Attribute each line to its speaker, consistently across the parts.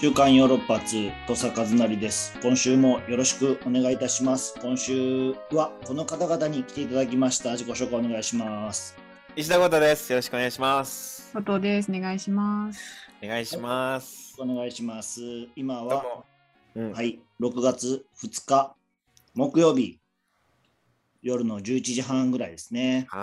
Speaker 1: 週刊ヨーロッパ通土佐和成です。今週もよろしくお願いいたします。今週はこの方々に来ていただきました。自己紹介お願いします。
Speaker 2: 石田豪太です。よろしくお願いします。
Speaker 3: 佐藤です。お願いします。
Speaker 2: お願いします。
Speaker 1: お願いします。今
Speaker 2: ど
Speaker 1: は
Speaker 2: うも。うん。
Speaker 1: はい、6月2日木曜日夜の11時半ぐらいですね。
Speaker 2: は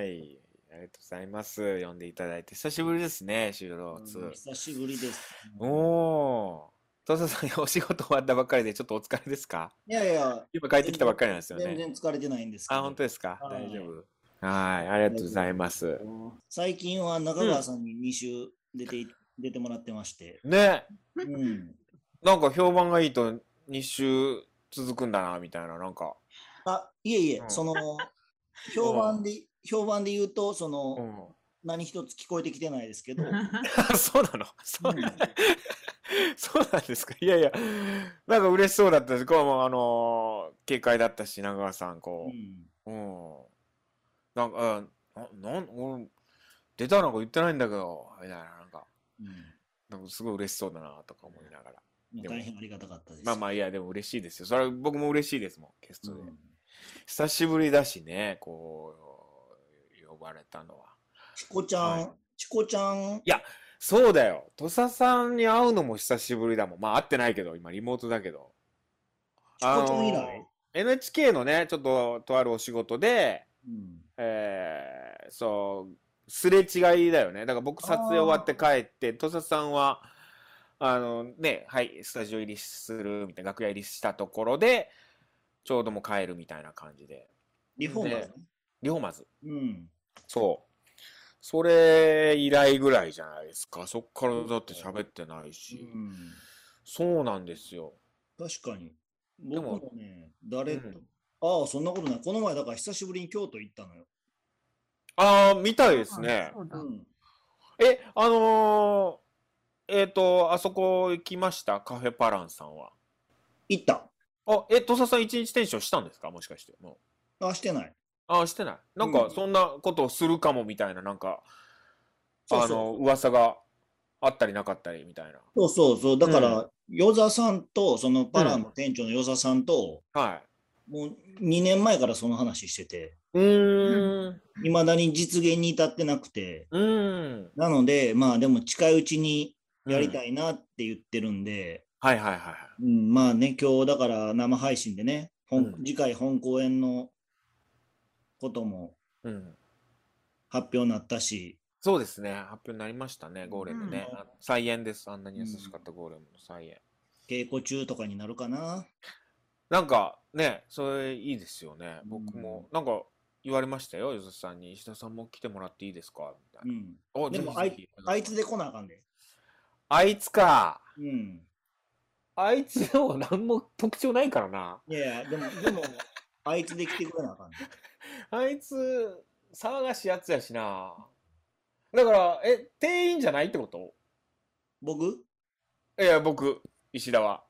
Speaker 2: ーい。ありがとうございます。呼んでいただいて久しぶりですね、収録
Speaker 1: うん久しぶりです。
Speaker 2: おおー。トサさん、お仕事終わったばっかりでちょっとお疲れですか
Speaker 1: いやいや、
Speaker 2: 今帰ってきたばっかりなんですよ
Speaker 1: 全
Speaker 2: ね。
Speaker 1: 然疲れてないんですけど。
Speaker 2: あ、本当ですか
Speaker 1: はい
Speaker 2: 大丈夫。はーい。ありがとうございます。
Speaker 1: 最近は中川さんに2週出てい、出てもらってまして。
Speaker 2: ね、
Speaker 1: うん。
Speaker 2: なんか評判がいいと2週続くんだな、みたいな、なんか。
Speaker 1: あ、いえいえ、
Speaker 2: うん
Speaker 1: その、評判で、評判で言うと、そうの、
Speaker 2: ん。
Speaker 1: 何一つ聞こえてきてないですけど、
Speaker 2: あ そうなのそう
Speaker 1: うん
Speaker 2: な そうなんですかいやいや、なんか嬉しそうだったです。こうもうあのー、軽快だったし、長川さん、
Speaker 1: うん
Speaker 2: こう。うん。なんか、あななん、俺、出たなんか言ってないんだけど、みたいな、なんか、
Speaker 1: うん
Speaker 2: なんかすごい嬉しそうだな、とか思いながら。
Speaker 1: もう
Speaker 2: でも
Speaker 1: 大変ありがたかったです。
Speaker 2: まあまあ、いや、でも嬉しいですよ。それは僕も嬉しいですもん、ゲス
Speaker 1: う
Speaker 2: トで。
Speaker 1: ん
Speaker 2: 久しぶりだしね、こう、呼ばれたのは。
Speaker 1: チコちゃ
Speaker 2: は
Speaker 1: ん、チコちゃん、
Speaker 2: そうだよ。土佐さんに会うのも久しぶりだもん。まあ会ってないけど、今リモートだけど。
Speaker 1: チコちゃん以来、
Speaker 2: NHK のね、ちょっととあるお仕事で、
Speaker 1: うん
Speaker 2: えーそう、すれ違いだよね。だから僕撮影終わって帰って、土佐さんは、あのね、はい、スタジオ入りするみたいな、楽屋入りしたところで、ちょうどもう帰るみたいな感じで。
Speaker 1: リフォームだね。
Speaker 2: 龍馬ず。
Speaker 1: うん。
Speaker 2: そう。それ以来ぐらいじゃないですか。そっからだって喋ってないうし。
Speaker 1: ん
Speaker 2: そうなんですよ。
Speaker 1: 確かに。
Speaker 2: で
Speaker 1: 僕
Speaker 2: も
Speaker 1: もね、誰と、
Speaker 2: うん
Speaker 1: ああ、そんなことない。この前、だから久しぶりに京都行ったのよ。
Speaker 2: ああ、みたいですね。
Speaker 3: そうだ
Speaker 1: うん
Speaker 2: え、あのー、えっ、と、あそこ行きましたカフェパランさんは。
Speaker 1: 行った。
Speaker 2: あ、え、土佐さん一日転職したんですかもしかして。もう。
Speaker 1: あ、してない。
Speaker 2: ああ、してない。なん
Speaker 1: う
Speaker 2: か
Speaker 1: ん、
Speaker 2: そんなことをするかもみたいな、なんか、
Speaker 1: そう
Speaker 2: あの、噂があったりなかったりみたいな。
Speaker 1: そうそうそう。だから、
Speaker 2: う
Speaker 1: 与座さんと、そのパラの店長の与座さんと、
Speaker 2: はい。
Speaker 1: もう2年前からその話してて、
Speaker 2: うーん。
Speaker 1: いまだに実現に至ってなくて、
Speaker 2: うーん。
Speaker 1: なので、まあでも近いうちにやりた
Speaker 2: い。
Speaker 1: いなって言ってるんで、
Speaker 2: はいはいはいはい。
Speaker 1: うん、まあね、今日だから生配信でね、本
Speaker 2: うん
Speaker 1: 次回本公演のことも
Speaker 2: うん。
Speaker 1: 発表になったし、
Speaker 2: そうですね。発表になりましたね、ゴーレムね。
Speaker 1: うん
Speaker 2: あ再演です。あんなに優しかったゴーレムの再演。
Speaker 1: 稽古中とかになるかな。
Speaker 2: なんかね、それいいですよね。僕
Speaker 1: うん
Speaker 2: も、なんか言われましたよ、ゆずさんに、石田さんも来てもらっていいですかみたいうな。
Speaker 1: ん、
Speaker 2: お
Speaker 1: でも
Speaker 2: ぜひぜひ
Speaker 1: あいつで来なあかんで。
Speaker 2: あいつか。
Speaker 1: うん。
Speaker 2: あいつの何も特徴ないからな。
Speaker 1: いやいや、でも、でも、あいつで来てくれなあかんで。
Speaker 2: あいつ、騒がしいやつやしな。だから、え、店員じゃないってこと
Speaker 1: 僕
Speaker 2: いや、僕、石田は。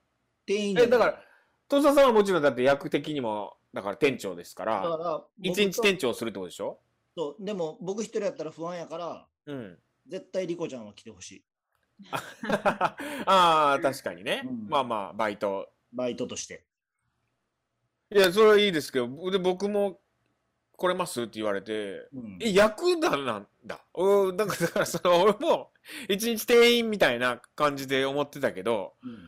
Speaker 1: 店員じゃ
Speaker 2: え、
Speaker 1: な
Speaker 2: だ
Speaker 1: い
Speaker 2: から、戸田さんはもちろんだって役的にも、だから店長ですか、
Speaker 1: だからら、
Speaker 2: 一
Speaker 1: 僕
Speaker 2: 日
Speaker 1: と
Speaker 2: 店長をするってことでしょ
Speaker 1: そうでも、僕一人やったら不安やから、
Speaker 2: うん。
Speaker 1: 絶対リコちゃんは来てほしい。
Speaker 2: ああ、確かにね。
Speaker 1: うん
Speaker 2: まあまあ、バイト
Speaker 1: バイトとして。
Speaker 2: いや、それはいいですけど、で、僕も来れますって言われて、
Speaker 1: うん、
Speaker 2: え、役だなんだ。うん、なんかだから、その、俺も、一日店員みたいな感じで思ってたけど、
Speaker 1: うん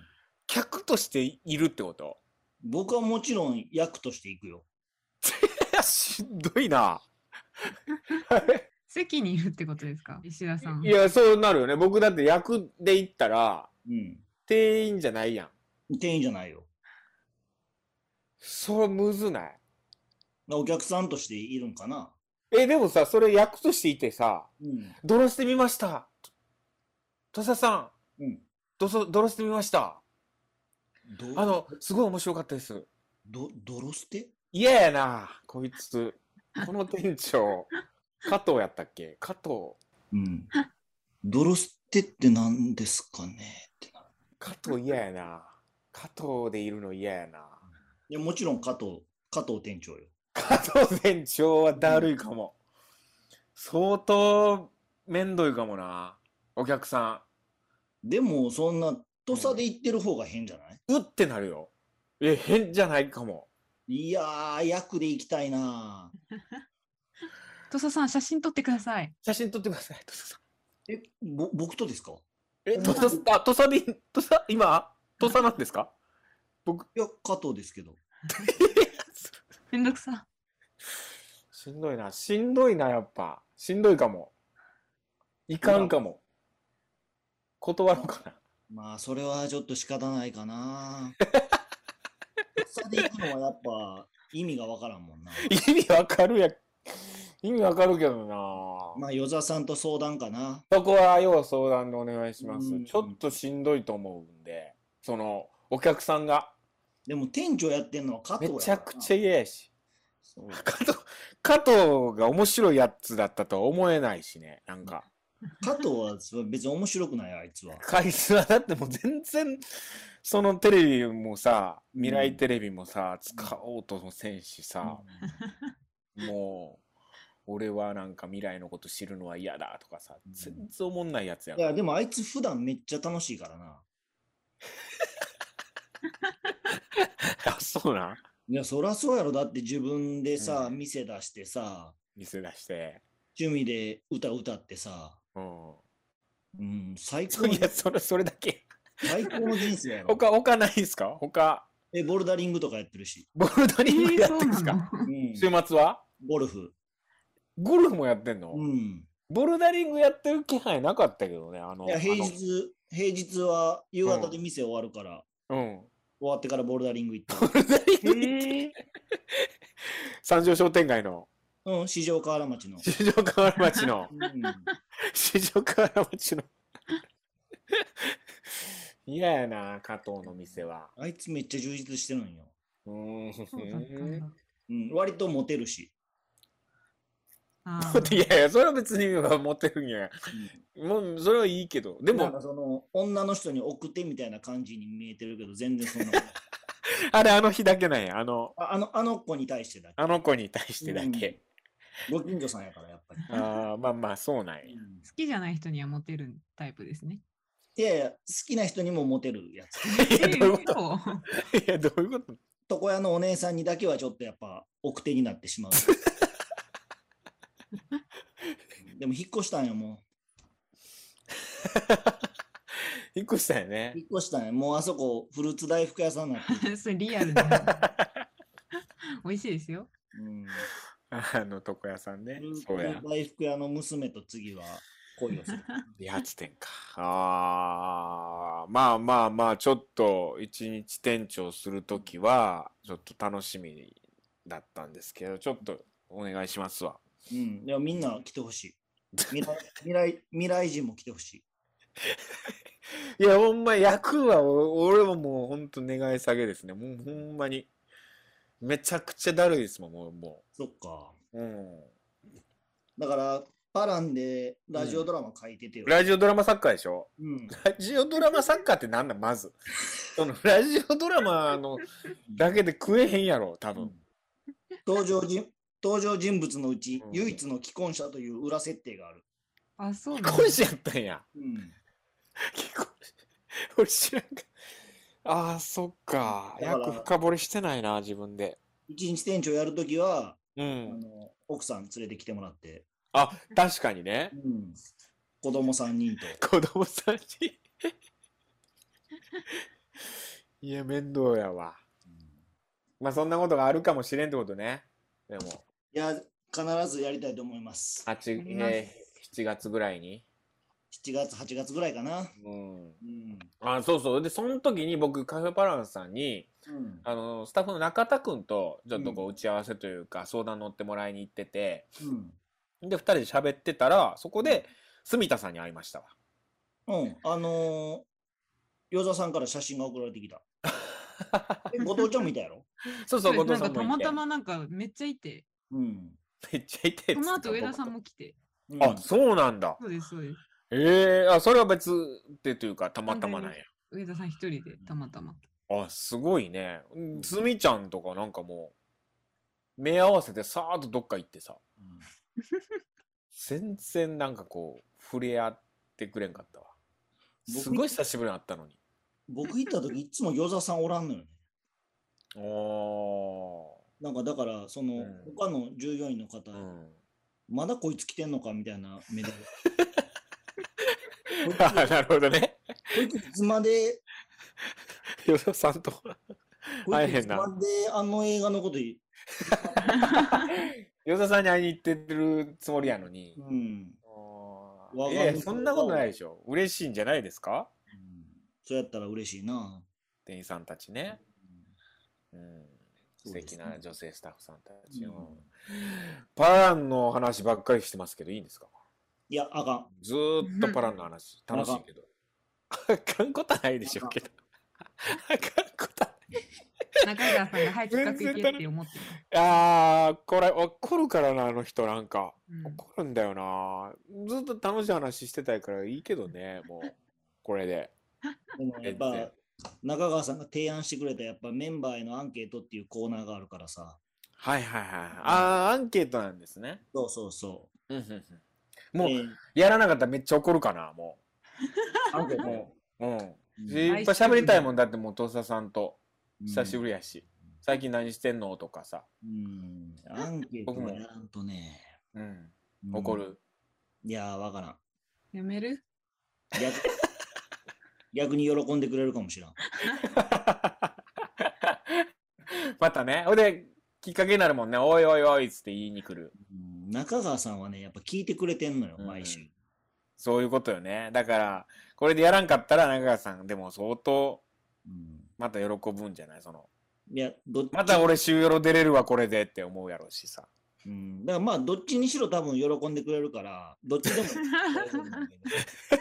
Speaker 2: 客としているってこと
Speaker 1: 僕はもちろん役として行くよ。
Speaker 2: いや、しんどいな。
Speaker 3: 席にいるってことですか石田さん。
Speaker 2: いや、そうなるよね。僕だって役で行ったら、
Speaker 1: うん。
Speaker 2: 店員じゃないやん。
Speaker 1: 店員じゃないよ。
Speaker 2: それむずない。
Speaker 1: お客さんとしているんかな。
Speaker 2: え、でもさ、それ役としていてさ、
Speaker 1: うん。
Speaker 2: ドロしてみました。と土佐さん、
Speaker 1: うん。
Speaker 2: ドソドロしてみました。
Speaker 1: ど
Speaker 2: あの、すごい面白かったです。
Speaker 1: ど、泥捨て
Speaker 2: 嫌やな、こいつ。この店長、加藤やったっけ加藤、
Speaker 1: うん。泥捨てって何ですかねってな
Speaker 2: 加藤嫌やな。加藤でいるの嫌やな。
Speaker 1: いや、もちろん加藤、加藤店長よ。
Speaker 2: 加藤店長はだるいかも。相当、めんどいかもな。お客さ
Speaker 1: でも、そんなとさで言ってる方が変じゃないう
Speaker 2: ってなるよ。え、変じゃないかも。
Speaker 1: いやー、役で行きたいな
Speaker 3: 土佐さん、写真撮ってください。
Speaker 2: 写真撮ってください、土佐さん。
Speaker 1: え、ぼ、僕とですか
Speaker 2: え、土佐さん、あ、土佐で、土佐、今、土佐なんですか僕、
Speaker 1: いや、加藤ですけど。
Speaker 3: めんどくさ。
Speaker 2: しんどいな、しんどいな、やっぱ。しんどいかも。いかんかも。断ろうかな。
Speaker 1: まあ、それはちょっと仕方ないかなとさで行くのはやっぱ意味がわからんもんな。
Speaker 2: 意味わかるや、意味わかるけどな。
Speaker 1: まあ、与座さんと相談かな。
Speaker 2: そこは要相談でお願いしま
Speaker 1: う
Speaker 2: す。
Speaker 1: ん
Speaker 2: ちょっとしんどいと思うんで、その、お客さんが
Speaker 1: でも店長やってんのは加
Speaker 2: め
Speaker 1: 藤や
Speaker 2: ちゃくちゃ
Speaker 1: ゃ。
Speaker 2: 嫌やし、
Speaker 1: そう
Speaker 2: 加藤、加藤が面白いやつだったとは思えないしね、なんか。
Speaker 1: 加藤はそう別に面白くない、あいつは。
Speaker 2: カリスマだってもう全然、そのテレビもさ、未来テレビもさ、使おうともせんしさ、もう、俺はなんか未来のこと知るのは嫌だとかさ、
Speaker 1: うん
Speaker 2: 全然思んないやつや
Speaker 1: い
Speaker 2: ん。
Speaker 1: や、でもあいつ普段めっちゃ楽しいからな。
Speaker 2: あ、 そうなん
Speaker 1: いや、そらそうやろ。だって自分でさ、店出してさ、
Speaker 2: 店出して。
Speaker 1: 趣味で歌歌ってさ、
Speaker 2: うん。
Speaker 1: うん、最高
Speaker 2: そう
Speaker 1: の
Speaker 2: いや、それ、それだけ。
Speaker 1: 最高の人生やろ。
Speaker 2: 他、他ないんすか他、
Speaker 1: え、ボルダリングとかやってるし。
Speaker 2: ボルダリング
Speaker 3: え
Speaker 2: や
Speaker 3: ー、
Speaker 2: っ
Speaker 3: そ
Speaker 2: て
Speaker 3: うんな
Speaker 2: すか、
Speaker 3: の
Speaker 1: うん、
Speaker 2: 週末は
Speaker 1: ゴルフ。
Speaker 2: ゴルフもやってんの、
Speaker 1: うん。
Speaker 2: ボルダリングやってる気配なかったけどね、あの、
Speaker 1: いや、平日、平日は夕方で
Speaker 2: う
Speaker 1: 店終わるから、
Speaker 2: あのうん。
Speaker 1: 終わってからボルダリング行って
Speaker 2: ボルダリン
Speaker 3: え
Speaker 2: グ、三条商店街の、
Speaker 1: る。うん、市場河原町の。
Speaker 2: 市場河原町の、
Speaker 1: うん、
Speaker 2: 市場河原町の。 嫌やな、加藤の店は。
Speaker 1: あいつめっちゃ充実してるんよ。
Speaker 2: うーん。
Speaker 3: そうだったんだ。
Speaker 1: うん、割とモテるし。
Speaker 3: あー
Speaker 2: いやいや、それは別にモテるんや。もう、それはいいけど。で
Speaker 1: でも、なん
Speaker 2: も
Speaker 1: か、その、女の人に送ってみたいな感じに見えてるけど、全然そんな ことない。
Speaker 2: あれ、あの日だけなんや。あの、
Speaker 1: ああの、あの子に対してだけ。
Speaker 2: あの子に対してだけ。
Speaker 1: ご近所さんやから、やっぱり。
Speaker 2: ああ、まあまあ、そうなんや。
Speaker 1: うん
Speaker 3: 好きじゃない人にはモテるタイプですね。
Speaker 1: いやいや、好きな人にもモテるやつ。
Speaker 2: いや、どういうこと
Speaker 3: と
Speaker 2: いや、どういうこと
Speaker 1: 床屋のお姉さんにだけはちょっとやっぱ奥手になってしま う。でも引っ越したんよ、も
Speaker 2: 引っ越したよ
Speaker 1: う。
Speaker 2: ね。
Speaker 1: 引っ越したんよ。もうあそこ、フルーツ大福屋さんになってる。
Speaker 3: それリアルな。美味しいですよ。
Speaker 1: うん、
Speaker 2: あの、床屋さんね
Speaker 1: フル。
Speaker 2: そう
Speaker 1: ー
Speaker 2: や
Speaker 1: ツ。大福屋の娘と次は恋 をする。
Speaker 2: 理髪店か。ああ、まあまあまあ、ちょっと、一日店長するときは、ちょっと楽しみだったんですけど、ちょっとお願いしますわ。
Speaker 1: うん、でもみんな来てほしい。未来未来未来人も来てほしい。
Speaker 2: いや、ほんま、役は、お俺ももう、ほんと願い下げですね。もう、ほんまに。めちゃくちゃだるいですもん、もう、も
Speaker 1: そっか。
Speaker 2: う。うん。
Speaker 1: だから、パランでラジオドラマ書いててよ。
Speaker 2: ラジオドラマ作家でしょ
Speaker 1: うん、
Speaker 2: ラジオドラマ作家ってなんだ、まず。その、ラジオドラマの、だけで食えへんやろ、多分。
Speaker 1: 登場人登場人物のうち
Speaker 2: うん
Speaker 1: 唯一の既婚者という裏設定がある。
Speaker 3: あ、そう
Speaker 2: 既
Speaker 3: なの
Speaker 2: 婚者やったんや。
Speaker 1: うん、
Speaker 2: 結構、 俺知らんかった。ああ、そっか。
Speaker 1: だから
Speaker 2: 役深掘りしてないな、自分で。
Speaker 1: 一日店長やるときは、
Speaker 2: う
Speaker 1: あ
Speaker 2: ん。
Speaker 1: の奥さん連れてきてもらって、
Speaker 2: あ、確かにね
Speaker 1: う。ん、子供3人と。
Speaker 2: 子供さんに。 いや、面倒やわ。
Speaker 1: うん
Speaker 2: まあ、そんなことがあるかもしれんってことね。でも、
Speaker 1: いや、必ずやりたいと思います。
Speaker 2: 8、
Speaker 3: あります
Speaker 2: えー7月ぐらいに。
Speaker 1: 7月、8月ぐらいかな。
Speaker 2: うん。
Speaker 1: うん
Speaker 2: あ、そうそう。で、その時に僕、カフェパランスさんに、
Speaker 1: うん
Speaker 2: あの、スタッフの中田くんと、ちょっとこう、打ち合わせというか、相談乗ってもらいに行ってて、
Speaker 1: うん
Speaker 2: で、二人で喋ってたら、そこで、住田さんに会いましたわ。
Speaker 1: うん、あのー、与座さんから写真が送られてきた。 え後藤ちゃんみたいや ろ、
Speaker 2: そうそう、後
Speaker 3: そう
Speaker 2: 藤
Speaker 3: なん
Speaker 2: さ
Speaker 3: か
Speaker 2: んも
Speaker 3: た
Speaker 2: い
Speaker 3: ま
Speaker 2: て。
Speaker 3: たまなんかめっちゃいて、
Speaker 1: うん、
Speaker 2: めっちゃいてっつって
Speaker 3: そ
Speaker 2: た。
Speaker 3: の後上田さん
Speaker 2: も。
Speaker 3: も来て。
Speaker 1: うん
Speaker 2: あ、そうなんだ。
Speaker 3: そうです、そうです。
Speaker 2: ええあ、それは別でというか、たまたまなんや。
Speaker 3: 上田さん一人でたまた ま。
Speaker 2: あ、すごいね。うんすみちゃんとかなんかもう、目合わせてさーっとどっか行ってさ、
Speaker 1: うん
Speaker 2: 全然なんかこう、触れ合ってくれんかったわ。
Speaker 1: 僕
Speaker 2: すごい久しぶりに会ったのに。
Speaker 1: 僕行った時いつも餃子さんおらんのよね。
Speaker 2: お
Speaker 1: なんかだから、その、
Speaker 2: うん
Speaker 1: 他の従業員の方、
Speaker 2: ー。うん。
Speaker 1: まだこいつ来てんのかみたいな 目で、こ
Speaker 2: あー なるほど ね。
Speaker 1: いついつまで、
Speaker 2: よそさんと。
Speaker 1: こ
Speaker 2: 大
Speaker 1: いつい
Speaker 2: 変
Speaker 1: つ
Speaker 2: な
Speaker 1: まであの映画のことい、
Speaker 2: よそさんに会いに行ってるつもりやのに。
Speaker 1: うん、
Speaker 2: あ
Speaker 1: わ
Speaker 2: ー
Speaker 1: がま
Speaker 2: い
Speaker 1: ま
Speaker 2: やいやそんなことないでしょ。嬉しいんじゃないですか
Speaker 1: うんそうやったら嬉しいな。
Speaker 2: 店員さんたちね。
Speaker 1: うん
Speaker 2: うん。
Speaker 1: そう
Speaker 2: 素
Speaker 1: です
Speaker 2: 敵
Speaker 1: ね
Speaker 2: な女性スタッフさんたち。
Speaker 1: う
Speaker 2: うんんパランの話ばっかりしてますけど、いいんですか
Speaker 1: いや、あかん。
Speaker 2: ずーっとパラン の話、
Speaker 1: うん
Speaker 2: 楽しいけど。あかんことはないでしょうけど。あかんことは
Speaker 3: 中川さんが、はい、企画行けって思ってる。
Speaker 2: ない。あー、これ怒るからな、あの人なんか。
Speaker 3: うん
Speaker 2: 怒るんだよな。ずっと楽しい話してたいからいいけどね、もう。これで。
Speaker 1: でもやっ
Speaker 2: 全然
Speaker 1: ぱ、中川さんが提案してくれた、やっぱメンバーへのアンケートっていうコーナーがあるからさ。
Speaker 2: はいはいはい。あー、アンケートなんですね。
Speaker 1: そうそうそ
Speaker 2: うんうんうん
Speaker 1: う。
Speaker 2: もう、
Speaker 1: えー
Speaker 2: やらなかったらめっちゃ怒るかな、も
Speaker 1: アンケー
Speaker 2: う。
Speaker 1: ト。
Speaker 2: もう。うん。
Speaker 1: うん
Speaker 2: いっぱい喋りたいもんだってもう土佐さんと久しぶ
Speaker 1: り。
Speaker 2: りやし、最近何してんのとかさ、
Speaker 1: うん。アンケート
Speaker 2: 僕
Speaker 1: も
Speaker 2: も
Speaker 1: やらんとね。
Speaker 2: うん、
Speaker 1: うん
Speaker 2: 怒。る、
Speaker 1: いやー、わからん。
Speaker 3: やめる
Speaker 1: 逆 逆に喜んでくれるかもしらん。
Speaker 2: またねほいできっかけになるもんね「おいおいおい」っつって言いに来る
Speaker 1: うん中川さんはね、やっぱ聞いてくれてんのよ、
Speaker 2: うん
Speaker 1: 毎週。
Speaker 2: そういうことよねだからこれでやらんかったら中川さんでも相当
Speaker 1: うん
Speaker 2: また喜ぶんじゃないその
Speaker 1: いや、どっち
Speaker 2: また俺週よろ出れるわこれでって思うやろうしさ
Speaker 1: うん、だからまあ、どっちにしろ多分喜んでくれるから、どっち でも。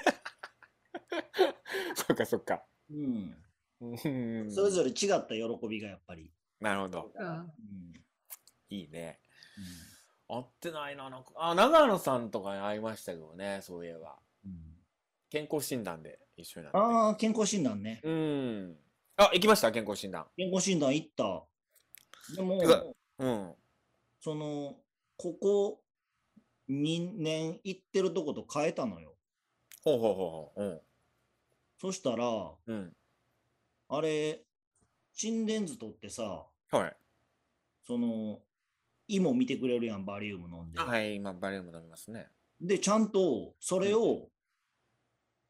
Speaker 2: そっかそっか
Speaker 1: うん、
Speaker 2: うん
Speaker 1: それぞれ違った喜びがやっぱり。
Speaker 2: なるほど
Speaker 3: うん
Speaker 1: うん
Speaker 2: いいね会ってないななんかあ長野さんとかに会いましたけどねそういえば
Speaker 1: うん
Speaker 2: 健康診断で一緒になって
Speaker 1: ああ、健康診断ね。
Speaker 2: うんあ行きました健康診断
Speaker 1: 健康診断行った。でも
Speaker 2: てか、うん
Speaker 1: その、ここ2年行ってるとこと変えたのよ。
Speaker 2: ほうほうほうほう
Speaker 1: そしたら、
Speaker 2: うんうん
Speaker 1: あれ、心電図取ってさ、
Speaker 2: はい
Speaker 1: その、胃も見てくれるやん、バリウム飲んで。
Speaker 2: はい今バリウム飲みますね
Speaker 1: で、ちゃんとそれを、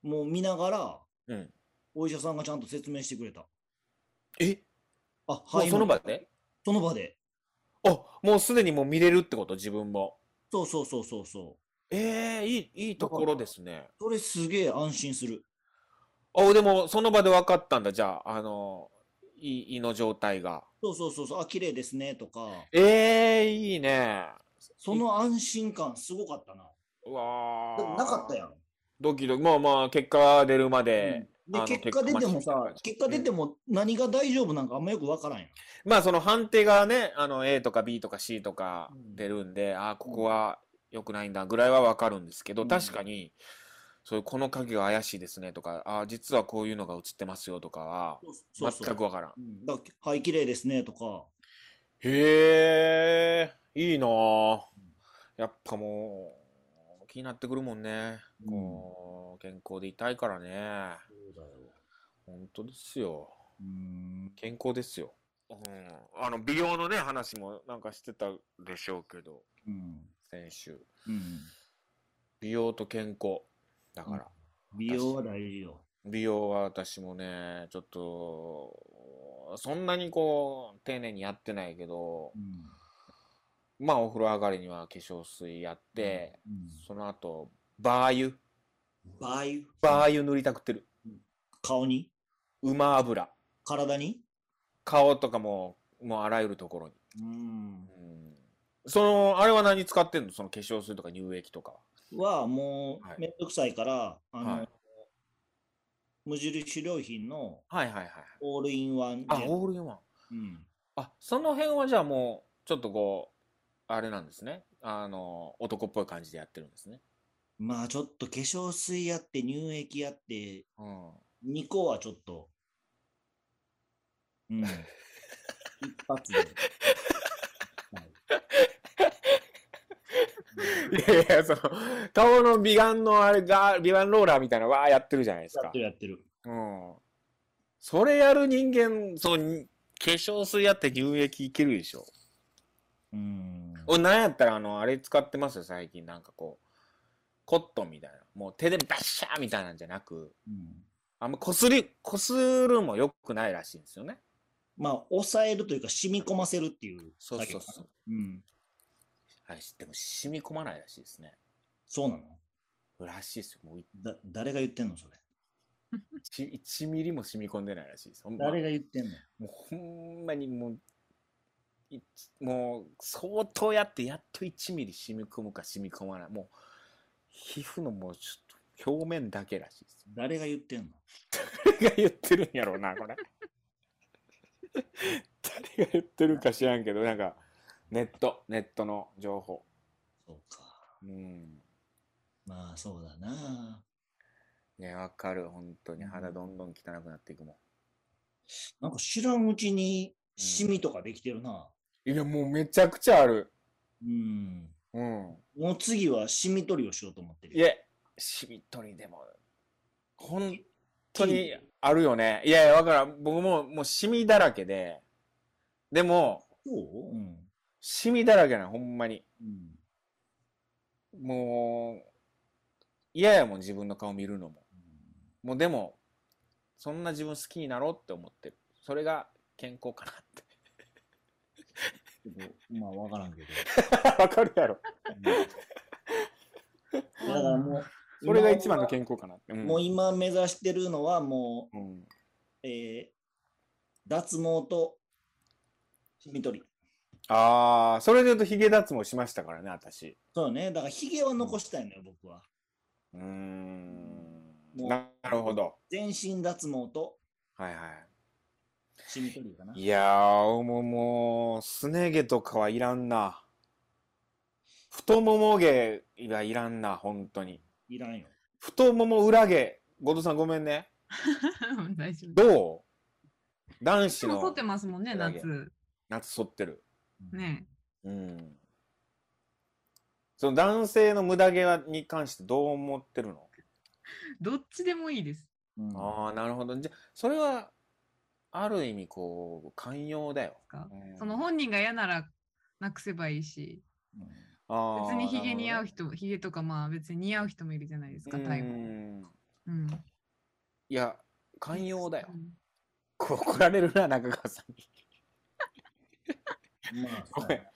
Speaker 1: もう見ながら、
Speaker 2: うん
Speaker 1: お医者さんがちゃんと説明してくれた。
Speaker 2: え
Speaker 1: あ、
Speaker 2: も
Speaker 1: は
Speaker 2: う
Speaker 1: い。
Speaker 2: その場で
Speaker 1: その場で。
Speaker 2: あもうすでにもう見れるってこと自分も
Speaker 1: そうそうそうそうそう。
Speaker 2: ええいいいいところですね
Speaker 1: それすげえ安心する。
Speaker 2: あでもその場で分かったんだじゃああの胃胃の状態が
Speaker 1: そうそうそうそう、あ、綺麗ですねとか、
Speaker 2: ええいいね
Speaker 1: その安心感すごかったな。
Speaker 2: うわ
Speaker 1: だって
Speaker 2: ー
Speaker 1: なかったやん。
Speaker 2: ドキドキまあまあ結果出るま
Speaker 1: う
Speaker 2: で、
Speaker 1: んで
Speaker 2: あの
Speaker 1: 結果出ても
Speaker 2: 結果待
Speaker 1: さ
Speaker 2: ちみたいな感、じ
Speaker 1: 結果出ても何が大丈夫なんかあんまよくわからんやん。
Speaker 2: まあその判定がね、あの A とか B とか C とか出るんで、ああ、ここは良くないんだぐらいはわかるんですけど、
Speaker 1: うん
Speaker 2: 確かに、そういうこの影が怪しいですねとか、ああ、実はこういうのが映ってますよとかは、
Speaker 1: そうそうそう
Speaker 2: 全くわからん。
Speaker 1: うんだからはい、綺麗ですねとか、
Speaker 2: へえ、いいなあやっぱもう、気になってくるもんね。
Speaker 1: うん
Speaker 2: こう、健康でいたいからね。本当ですよ。
Speaker 1: うん
Speaker 2: 健康ですよ。うん、あの美容のね話もなんかしてたでしょうけど
Speaker 1: うん
Speaker 2: 先週
Speaker 1: うん
Speaker 2: 美容と健康だから、
Speaker 1: 美容は大事よ。
Speaker 2: 美容は私もねちょっとそんなにこう丁寧にやってないけど
Speaker 1: うん
Speaker 2: まあお風呂上がりには化粧水やって、
Speaker 1: うん
Speaker 2: その後バー油
Speaker 1: バー油
Speaker 2: バー油塗りたくってる
Speaker 1: 顔に
Speaker 2: 馬油
Speaker 1: 体に
Speaker 2: 顔とかももうあらゆるところに、
Speaker 1: うん
Speaker 2: うん、そのあれは何使ってんのその化粧水とか乳液とかは
Speaker 1: はも
Speaker 2: はいう
Speaker 1: めんどくさいから、あの
Speaker 2: はい
Speaker 1: 無印良品の
Speaker 2: はいはいはいはい
Speaker 1: オールインワン
Speaker 2: あ
Speaker 1: ジェル
Speaker 2: オールインワン
Speaker 1: うん
Speaker 2: あその辺はじゃあもうちょっとこうあれなんですねあの男っぽい感じでやってるんですね
Speaker 1: まあちょっと化粧水やって乳液やって
Speaker 2: うん
Speaker 1: 2個はちょっと、うん、一発で。はい
Speaker 2: いやいやその顔の美顔のあれが美顔ローラーみたいなのわーやってるじゃないです
Speaker 1: や
Speaker 2: か
Speaker 1: ってるやってる。
Speaker 2: うんそれやる人間、その、化粧水やって乳液いけるでしょ。
Speaker 1: うん。
Speaker 2: 俺、なんやったら、あの、あれ使ってますよ、最近。なんかこう、コットンみたいな。もう手でバッシャーみたいなんじゃなく、
Speaker 1: うん
Speaker 2: あんまこすり、こするも良くないらしいんですよね。
Speaker 1: まあ、抑えるというか、染み込ませるっていう
Speaker 2: そう
Speaker 1: だけ
Speaker 2: そ
Speaker 1: か
Speaker 2: う
Speaker 1: な
Speaker 2: そう。
Speaker 1: うん。
Speaker 2: はい、でも染み込まないらしいですね。
Speaker 1: そうなの
Speaker 2: らしいですよ。もう
Speaker 1: だ誰が言ってんのそれ。
Speaker 2: 1, 1ミリも染み込んでないらしいです。ほんま
Speaker 1: 誰が言ってんの
Speaker 2: もうほんまにもう、いもう相当やってやっと1ミリ染み込むか染み込まない。もう皮膚のもうちょっと表面だけらしいです。
Speaker 1: 誰が言ってんの
Speaker 2: 誰が言ってるんやろうな、これ。 誰が言ってるか知らんけど、なんかネット、ネットの情報。
Speaker 1: そうか。
Speaker 2: うん。
Speaker 1: まあ、そうだな。
Speaker 2: ね、わかる。本当に肌どんどん汚くなっていくも
Speaker 1: なんか知らんうちに、シミとかできてるな。
Speaker 2: ん。いや、もうめちゃくちゃある。
Speaker 1: うん。
Speaker 2: うん。
Speaker 1: もう次はシミ取りをしようと思ってる。
Speaker 2: いえ、しみとりでも、本当にあるよね。いやいや、わからん。僕ももうシミだらけで、でも、
Speaker 1: そううん。
Speaker 2: シミだらけなの、ほんまに。
Speaker 1: うん。
Speaker 2: もう、嫌やもん、自分の顔見るのも。もうでも、そんな自分好きになろうって思ってる。それが健康かなって。
Speaker 1: ちょっとまあ、わからんけど。
Speaker 2: わかるやろ。
Speaker 1: うんだからもう、
Speaker 2: それが一番の健康かなって。うん
Speaker 1: もう今目指してるのは、もう、
Speaker 2: うん
Speaker 1: えー脱毛とシミ取り。
Speaker 2: ああ、それで言うと、ヒゲ脱毛しましたからね、私。
Speaker 1: そうね。だから、ヒゲは残したいのよ、僕は。
Speaker 2: うーん。
Speaker 1: もう
Speaker 2: ななるほど。
Speaker 1: 全身脱毛と
Speaker 2: はいはい。
Speaker 1: シミ取りかな。
Speaker 2: いやー、もう、もう、すね毛とかはいらんな。太もも毛はいらんな、本当に。
Speaker 1: いらんよ。
Speaker 2: 太もも裏毛、後藤さんごめんね。
Speaker 3: 大丈夫で
Speaker 2: どう男
Speaker 3: す。
Speaker 2: 子
Speaker 3: でも撮っ
Speaker 2: の
Speaker 3: てますもんね、
Speaker 2: 裏毛
Speaker 3: 夏。
Speaker 2: 夏剃ってる。
Speaker 3: ね。
Speaker 2: うん。その男性の無駄毛はに関してどう思ってるの
Speaker 3: どっちでもいいです。
Speaker 1: うん
Speaker 2: ああ、なるほど。じゃ、それは、ある意味、こう、寛容だよ。
Speaker 3: か
Speaker 2: うん
Speaker 3: その本人が嫌ならなくせばいいし、
Speaker 1: うん
Speaker 2: あー
Speaker 3: 別にヒゲ似合う
Speaker 2: なる
Speaker 3: 人、ヒゲとかまあ別に似合う人もいるじゃないです
Speaker 2: ほ
Speaker 3: か、
Speaker 2: どね
Speaker 3: 逮
Speaker 2: う
Speaker 3: 捕。
Speaker 2: ん
Speaker 3: うん。
Speaker 2: いや、寛容だよ
Speaker 3: う。ん
Speaker 2: こ怒られるな、中川さんに。
Speaker 1: まあ、
Speaker 2: ごめん。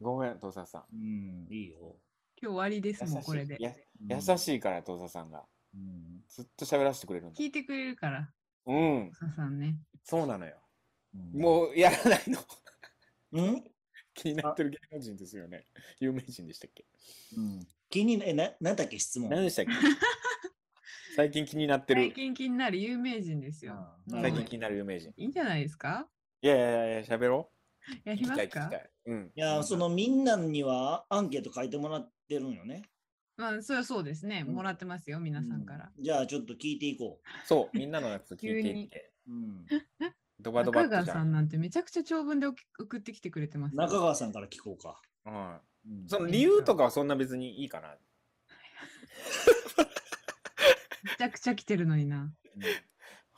Speaker 2: ごめん、土佐さ
Speaker 1: う
Speaker 2: ん。
Speaker 1: ん、いいよ。
Speaker 3: 今日終わりです
Speaker 2: 優
Speaker 3: もん、
Speaker 2: し
Speaker 3: これで
Speaker 2: い。。や
Speaker 1: うん
Speaker 2: 優しいから、土佐さんが。
Speaker 1: うん
Speaker 2: ずっと喋らせてくれるんだ
Speaker 3: 聞。いてくれるから、
Speaker 2: うん
Speaker 3: お、ささんね。
Speaker 2: そうなのよ。
Speaker 1: うん
Speaker 2: もうやらないの。
Speaker 1: うん、
Speaker 2: 気になってる芸能人ですよね。有名人でしたっけ
Speaker 1: うん、気にな、え、な、なんだっけ、質問。
Speaker 2: 何でした っけ最近気になって
Speaker 3: 最
Speaker 2: る。
Speaker 3: 近気になる有名人ですよ。
Speaker 1: あ
Speaker 3: うん
Speaker 1: なる
Speaker 2: 最
Speaker 1: ほど
Speaker 2: 近
Speaker 1: い
Speaker 2: 気になる有名人。
Speaker 3: いいんじゃないですか
Speaker 2: いやいやいや、喋ろ
Speaker 3: や
Speaker 2: う。
Speaker 3: りま
Speaker 2: 聞
Speaker 3: す
Speaker 2: きたい聞
Speaker 3: か
Speaker 2: きたい。うん。
Speaker 1: や、そのみんなにはアンケート書いてもらってるんよね。
Speaker 3: まあ、それはそうですね。
Speaker 1: うん
Speaker 3: もらってますよ、皆さんから。
Speaker 1: う。じゃあ、ちょっと聞いていこ
Speaker 2: そう、みんなのやつ聞いて
Speaker 3: 急
Speaker 2: い
Speaker 3: に
Speaker 2: って。
Speaker 1: う。うん、
Speaker 2: ドバド
Speaker 3: 中
Speaker 2: バって
Speaker 3: 川
Speaker 2: じゃ
Speaker 3: さ
Speaker 2: ん。
Speaker 3: んなんてめちゃくちゃ長文で送送ってきてくれてますよ。
Speaker 1: 中川さんから聞こうか。
Speaker 2: うん。
Speaker 1: うん
Speaker 2: その理由とかはそんな別にいいかな。
Speaker 3: めちゃくちゃ来てるのにな。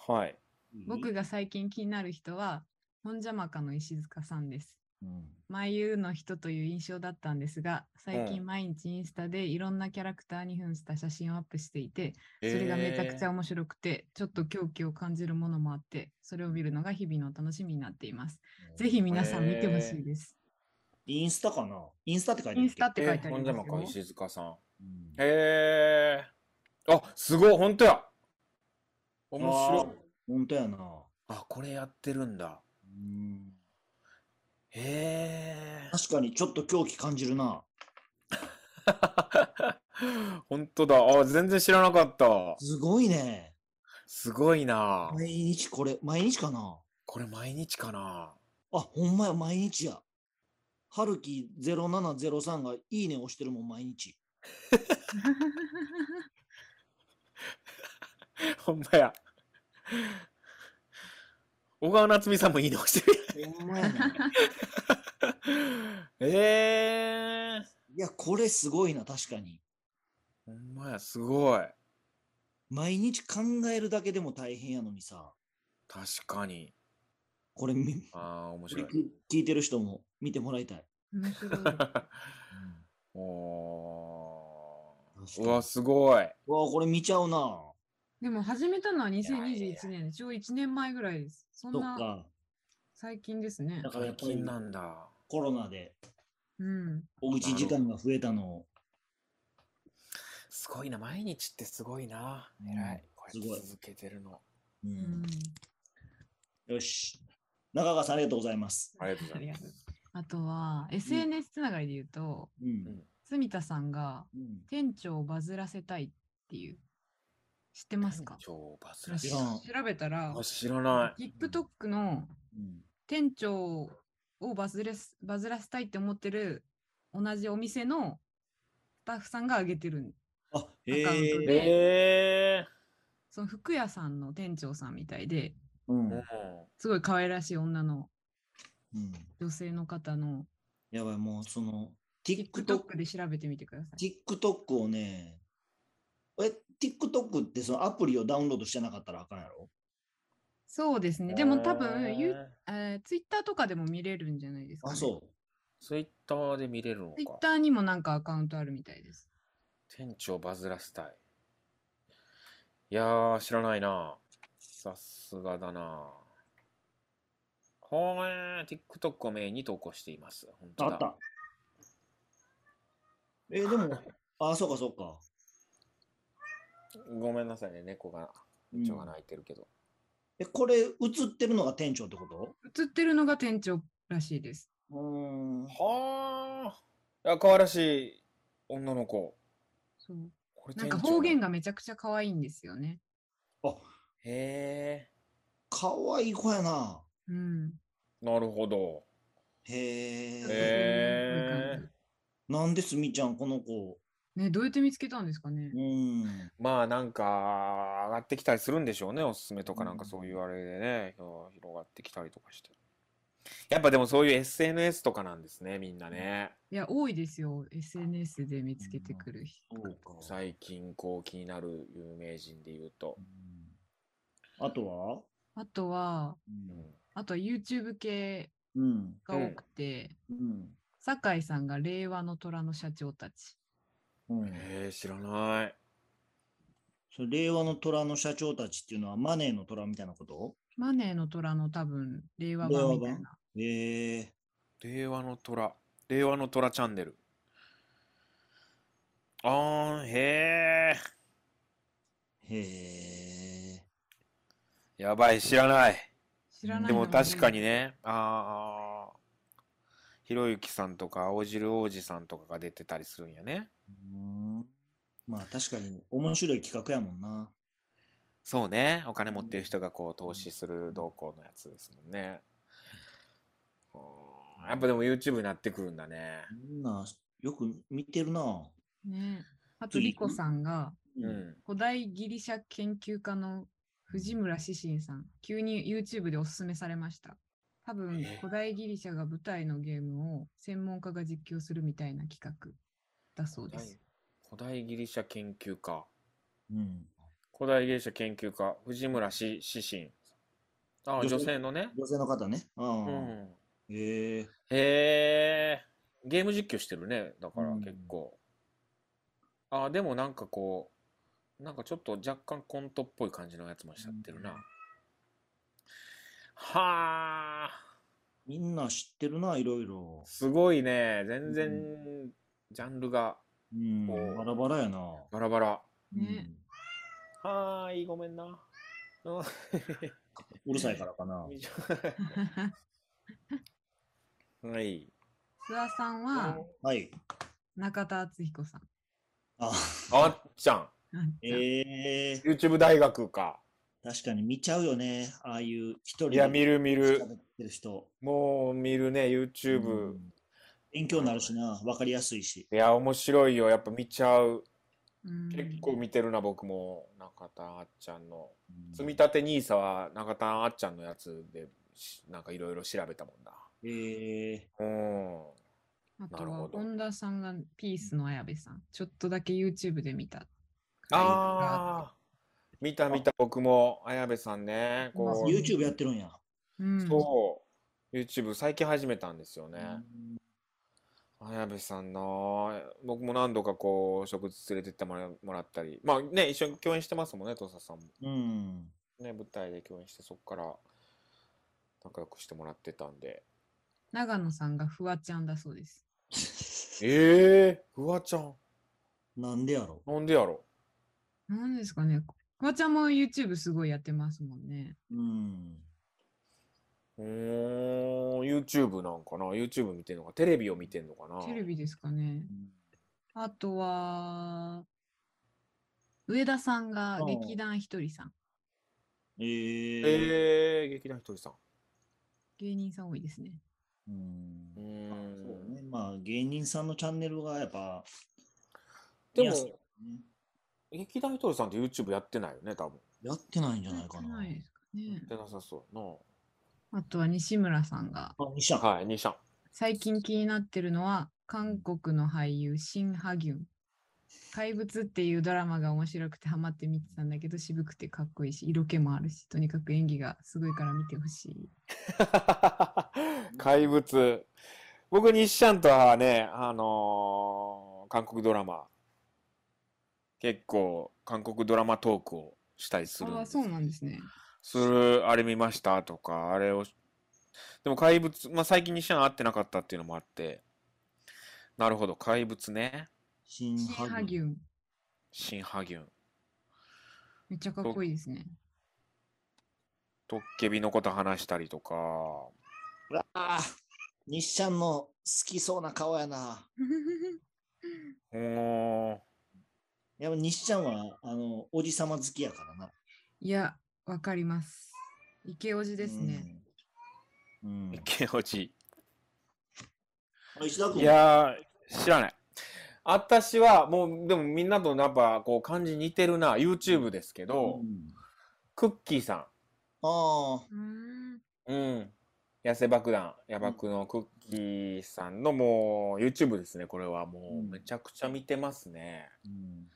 Speaker 2: はい。
Speaker 3: 僕、が最近気になる人は、本邪魔かの石塚さんです。
Speaker 1: うん
Speaker 3: 眉の人という印象だったんですが、最
Speaker 2: う
Speaker 3: 近毎日インスタでいろんなキャラクターに扮した写真をアップしていて、
Speaker 2: そ
Speaker 3: それがめちゃくちゃ面白くて、ちょっと狂気を感じるものもあって、それを見るのが日々の楽しみになっています。ぜひ皆さん見てほしいです。
Speaker 1: インスタかなインスタって書いて
Speaker 3: インスタ
Speaker 1: あるっ
Speaker 3: って書いてあ
Speaker 2: ほ
Speaker 3: り
Speaker 2: んじゃま
Speaker 3: ます
Speaker 2: か
Speaker 3: よ。
Speaker 2: 石塚さん。
Speaker 1: けうん
Speaker 2: へえ。あすごい本当や。面白い。
Speaker 1: あー本当やな。
Speaker 2: あこれやってるんだ。
Speaker 1: うん
Speaker 2: へえ。
Speaker 1: 確かにちょっと狂気感じるな。
Speaker 2: 本当だ。あ全然知らなかった。
Speaker 1: すごいね。
Speaker 2: すごいな。
Speaker 1: 毎日これ、毎日かな
Speaker 2: これ毎日かな。
Speaker 1: あ、ほんまや、毎日や。はるき0703がいいね押してるもん、毎日。
Speaker 2: ほんまや。小川夏美さんもいいね押してる。
Speaker 1: ほんまやな。
Speaker 2: ええ。
Speaker 1: いや、これすごいな、確かに。
Speaker 2: ほんまやすごい。
Speaker 1: 毎日考えるだけでも大変やのにさ、
Speaker 2: 確かに。
Speaker 1: これみ、
Speaker 2: ああ、面白い。
Speaker 1: 聞いてる人も見てもらいたい。
Speaker 3: 面白い。
Speaker 1: 確か
Speaker 2: おーう
Speaker 1: に
Speaker 2: わ、すごい。
Speaker 1: うわこれ見ちゃうな。
Speaker 3: でも始めたのはい
Speaker 2: やい
Speaker 3: 2021年、ちょうど1年前ぐらいです。そ
Speaker 1: そ
Speaker 3: ん
Speaker 1: っ
Speaker 3: な
Speaker 1: か。
Speaker 3: 最近ですね
Speaker 1: だ。からやっ
Speaker 2: 最
Speaker 1: ぱり
Speaker 2: 近なんだ。
Speaker 1: コロナで
Speaker 3: うん。
Speaker 1: おうち時間が増えたのを
Speaker 2: すごいな、毎日ってすごいな。
Speaker 1: うん
Speaker 2: 偉い。こ
Speaker 1: すご
Speaker 2: れ
Speaker 1: い
Speaker 2: 続けてるの。
Speaker 1: う
Speaker 3: うんん、
Speaker 1: よし。中川さんありがとうございます。
Speaker 2: ありがとうご
Speaker 3: あ
Speaker 2: ざい
Speaker 3: り
Speaker 2: ま
Speaker 3: が
Speaker 2: す。
Speaker 3: とうあとは、SNS つながりで言うと、
Speaker 1: うん。
Speaker 3: 住田さんが
Speaker 1: うん
Speaker 3: 店長をバズらせたいっていう、知ってますか
Speaker 2: 超バズら
Speaker 1: 知
Speaker 2: しい
Speaker 1: ら。ん
Speaker 3: 調べたら
Speaker 2: あ、知らない。
Speaker 3: TikTok の
Speaker 1: うん
Speaker 3: 店長をバズレスバズらせたいって思ってる同じお店のスタッフさんが上げてるん
Speaker 1: あ、
Speaker 3: アカウント
Speaker 1: へえ。
Speaker 3: で
Speaker 2: ええ
Speaker 3: その服屋さんの店長さんみたいで
Speaker 1: うん。
Speaker 2: ー。
Speaker 1: う
Speaker 2: も
Speaker 3: すごい可愛らしい女の
Speaker 1: ん。
Speaker 3: 女性の方の
Speaker 1: やばい、もうその、TikTok、
Speaker 3: TikTok で調べてみてください。
Speaker 1: TikTok をね、え、TikTok ってそのアプリをダウンロードしてなかったらあかんやろ
Speaker 3: そうです
Speaker 2: う
Speaker 3: ね。でも多分、ゆ
Speaker 2: えー
Speaker 3: えー、Twitter とかでも見れるんじゃないですか、
Speaker 1: あ、
Speaker 3: ね。
Speaker 1: そう。
Speaker 2: ツイッターで見れるのか。
Speaker 3: Twitter にもなんかアカウントあるみたいです。
Speaker 2: 店長バズらせたい。いやー、知らないな。さすがだな。ほーえー、TikTok をメインに投稿しています。本当
Speaker 1: あ
Speaker 2: だ
Speaker 1: った。えーでも、あ、そうか、そうか。
Speaker 2: ごめんなさいね、猫が、
Speaker 1: うん
Speaker 2: 蝶が鳴いてるけど。
Speaker 1: え、これ、映ってるのが店長ってこと
Speaker 3: 映ってるのが店長らしいです。
Speaker 1: うーん。
Speaker 2: はーいや、可愛らしい女の子。
Speaker 3: そう
Speaker 2: これ
Speaker 3: なんか方言
Speaker 2: が。
Speaker 3: がめちゃくちゃ可愛いんですよね。
Speaker 2: へ
Speaker 1: かわいい子やな。
Speaker 3: うん。
Speaker 2: ー、なるほど。
Speaker 1: へ
Speaker 3: なんかそう
Speaker 1: え。
Speaker 3: い
Speaker 2: へー
Speaker 3: うこういう感
Speaker 1: なんですみちゃん、この子。
Speaker 3: じね、どうやって見つけたんですかね
Speaker 1: う。ん。
Speaker 2: まあなんか上がってきたりするんでしょうねおすすめとかなんか
Speaker 1: うん
Speaker 2: そういうあれでね広広がってきたりとかしてやっぱでもそういう SNS とかなんですねみんなね
Speaker 3: いや、多いですよ。SNS で見つけてくる人。
Speaker 1: そうか。
Speaker 2: 最近こう気になる有名人で言うと
Speaker 1: うんあとは
Speaker 3: あとは、あとは YouTube 系
Speaker 1: うん。
Speaker 3: が多くて、
Speaker 1: うん。
Speaker 3: 酒井さんが令和の虎の社長たち。
Speaker 1: うん。
Speaker 2: えー、知らない
Speaker 1: それ令和の虎の社長たちっていうのはマネーの虎みたいなこと
Speaker 3: マネーの虎の多分、令和
Speaker 1: 令和版
Speaker 3: 版みたいな。
Speaker 1: へえ
Speaker 2: 令和の虎令和の虎チャンネルあーへえ
Speaker 1: へえ
Speaker 2: やばい知らない
Speaker 3: 知らない
Speaker 2: で
Speaker 3: の
Speaker 2: も
Speaker 3: ね
Speaker 2: 確かに。ね、ああ、ひろゆきさんとか青汁王子さんとかが出てたりするんやね。
Speaker 1: うんまあ確かに面白い企画やもんな
Speaker 2: そうね、お金持ってる人がこう投資する動向のやつですもんね。あーやっぱでも YouTube になってくるんだね。
Speaker 1: みんなよく見てるな
Speaker 3: ね。あと、リコさんが、
Speaker 2: う。
Speaker 1: うん
Speaker 3: 古代ギリシャ研究家の藤村志信さん、急に YouTube でおすすめされました。多分
Speaker 2: え、
Speaker 3: 古代ギリシャが舞台のゲームを専門家が実況するみたいな企画だそうで
Speaker 2: 古
Speaker 3: す
Speaker 2: 代。古代ギリシャ研究家。
Speaker 1: うん
Speaker 2: 古代ギリシャ研究家、藤村氏志信。ああ、
Speaker 1: 女性
Speaker 2: 女性のね。
Speaker 1: 女性の方ね
Speaker 2: う
Speaker 1: ああ
Speaker 2: ん。
Speaker 1: へえ
Speaker 2: へえ、ゲーム実況してるね、だから
Speaker 1: うん
Speaker 2: 結構。あ、でもなんかこう、なんかちょっと若干コントっぽい感じのやつもしちゃってるな。
Speaker 1: うん
Speaker 2: はあ、
Speaker 1: みんな知ってるないろいろ
Speaker 2: すごいね。全
Speaker 1: う
Speaker 2: 然、ジャンルが
Speaker 1: うん
Speaker 2: おう
Speaker 1: バラバラやな
Speaker 2: バラバラ。
Speaker 3: ね
Speaker 2: はーい、ごめん な。うん
Speaker 1: うんうるさいからかな
Speaker 2: はい。
Speaker 3: 諏訪さんは
Speaker 1: はい
Speaker 3: 中田敦彦さん。
Speaker 1: あ
Speaker 2: あっちゃん、
Speaker 1: ええ
Speaker 2: YouTube 大学か。
Speaker 1: 確かに見ちゃうよねああいう一人
Speaker 2: いや、見る見る。
Speaker 1: 喋ってる人
Speaker 2: もう見るね、
Speaker 1: う
Speaker 2: YouTube。
Speaker 1: ん勉強になるしな、わかりやすいし。
Speaker 2: いや、面白いよ。やっぱ見ちゃう。
Speaker 3: うん
Speaker 2: 結構見てるな、僕も。中田あっちゃんの。積み
Speaker 1: え
Speaker 2: 立て NISA は中田あっちゃんのやつで、しなんかいろいろ調べたもんな。
Speaker 1: え
Speaker 2: うん。
Speaker 3: あと
Speaker 2: なるほど
Speaker 3: は本田さんがピースの綾部さん。ちょっとだけ YouTube で見た。
Speaker 2: ああ。見た見た僕も綾部さんねこう
Speaker 1: YouTube やってるんや。
Speaker 3: うん、
Speaker 2: そう、YouTube 最近始めたんですよね。綾部さんなあ、僕も何度かこう、植物連れてってもらもらったり、まあね、一緒に共演してますもんね、土佐さんも。
Speaker 1: うん。
Speaker 2: ね、舞台で共演して、そこから仲良くしてもらってたんで。
Speaker 3: 長野さんがフワちゃんだそうです。
Speaker 2: ええフワちゃん。
Speaker 1: なんでやろ
Speaker 2: なんでやろ
Speaker 3: なんですかね。フワちゃんも YouTube すごいやってますもんね。
Speaker 1: う。うん。
Speaker 2: うーん、YouTube なんかな ?YouTube 見てんのかテレビを見てんのかな
Speaker 3: テレビですかね。あとは、上田さんが
Speaker 1: うん
Speaker 3: 劇団ひとりさん。
Speaker 1: えー。
Speaker 2: ええ劇団ひとりさん。
Speaker 3: 芸人さん多いですね。
Speaker 1: うん
Speaker 2: うー。
Speaker 1: そうんね。まあ芸人さんのチャンネルがやっぱ、
Speaker 2: で
Speaker 1: 見や
Speaker 2: も、
Speaker 1: すいよね
Speaker 2: 劇団ひとりさんって YouTube やってないよね、多分。
Speaker 1: やってないんじゃないか
Speaker 3: 少
Speaker 1: な。
Speaker 3: ないですか
Speaker 2: や
Speaker 3: ね
Speaker 2: っ。てなさそうやな。
Speaker 3: あとは西村さんが、
Speaker 1: あ、西ちゃん。
Speaker 2: はい、西さん。
Speaker 3: 最近気になってるのは、韓国の俳優、シン・ハギュン。怪物っていうドラマが面白くてハマって見てたんだけど、渋くてかっこいいし、色気もあるし、とにかく演技がすごいから見てほしい。
Speaker 2: 怪物。僕、西シャンとはね、あのー韓国ドラマ、結構、韓国ドラマトークをしたりするん
Speaker 3: ああ、
Speaker 2: です
Speaker 3: そうなんですね。
Speaker 2: する、あれ見ましたとか、あれを、でも怪物、まあ、最近西シャン会ってなかったっていうのもあって、なるほど、怪物ね。
Speaker 1: 新
Speaker 3: シン・ハギュン。
Speaker 2: シン・ハギュン。
Speaker 3: めっちゃかっこいいですね。
Speaker 2: トッケビのこと話したりとか、
Speaker 1: ああ、西ちゃんの好きそうな顔やな。
Speaker 2: うーん、
Speaker 1: やっぱ西ちゃんは、あの、おじさま好きやからな。
Speaker 3: いや、わかります。イケオジですね。
Speaker 1: うん。うん。
Speaker 2: イケオジ。
Speaker 1: あ石田君
Speaker 2: いやー、知らない。私は、もう、でもみんなとやっぱ、こう、感じ似てるな。YouTube ですけど、
Speaker 1: うん
Speaker 2: クッキーさ
Speaker 1: ああ、
Speaker 3: うーん。
Speaker 2: ん。うん。野生爆弾、野爆のクッキーさんのもう、YouTube ですね。これはも
Speaker 1: うん
Speaker 2: う、めちゃくちゃ見てますね。
Speaker 1: うん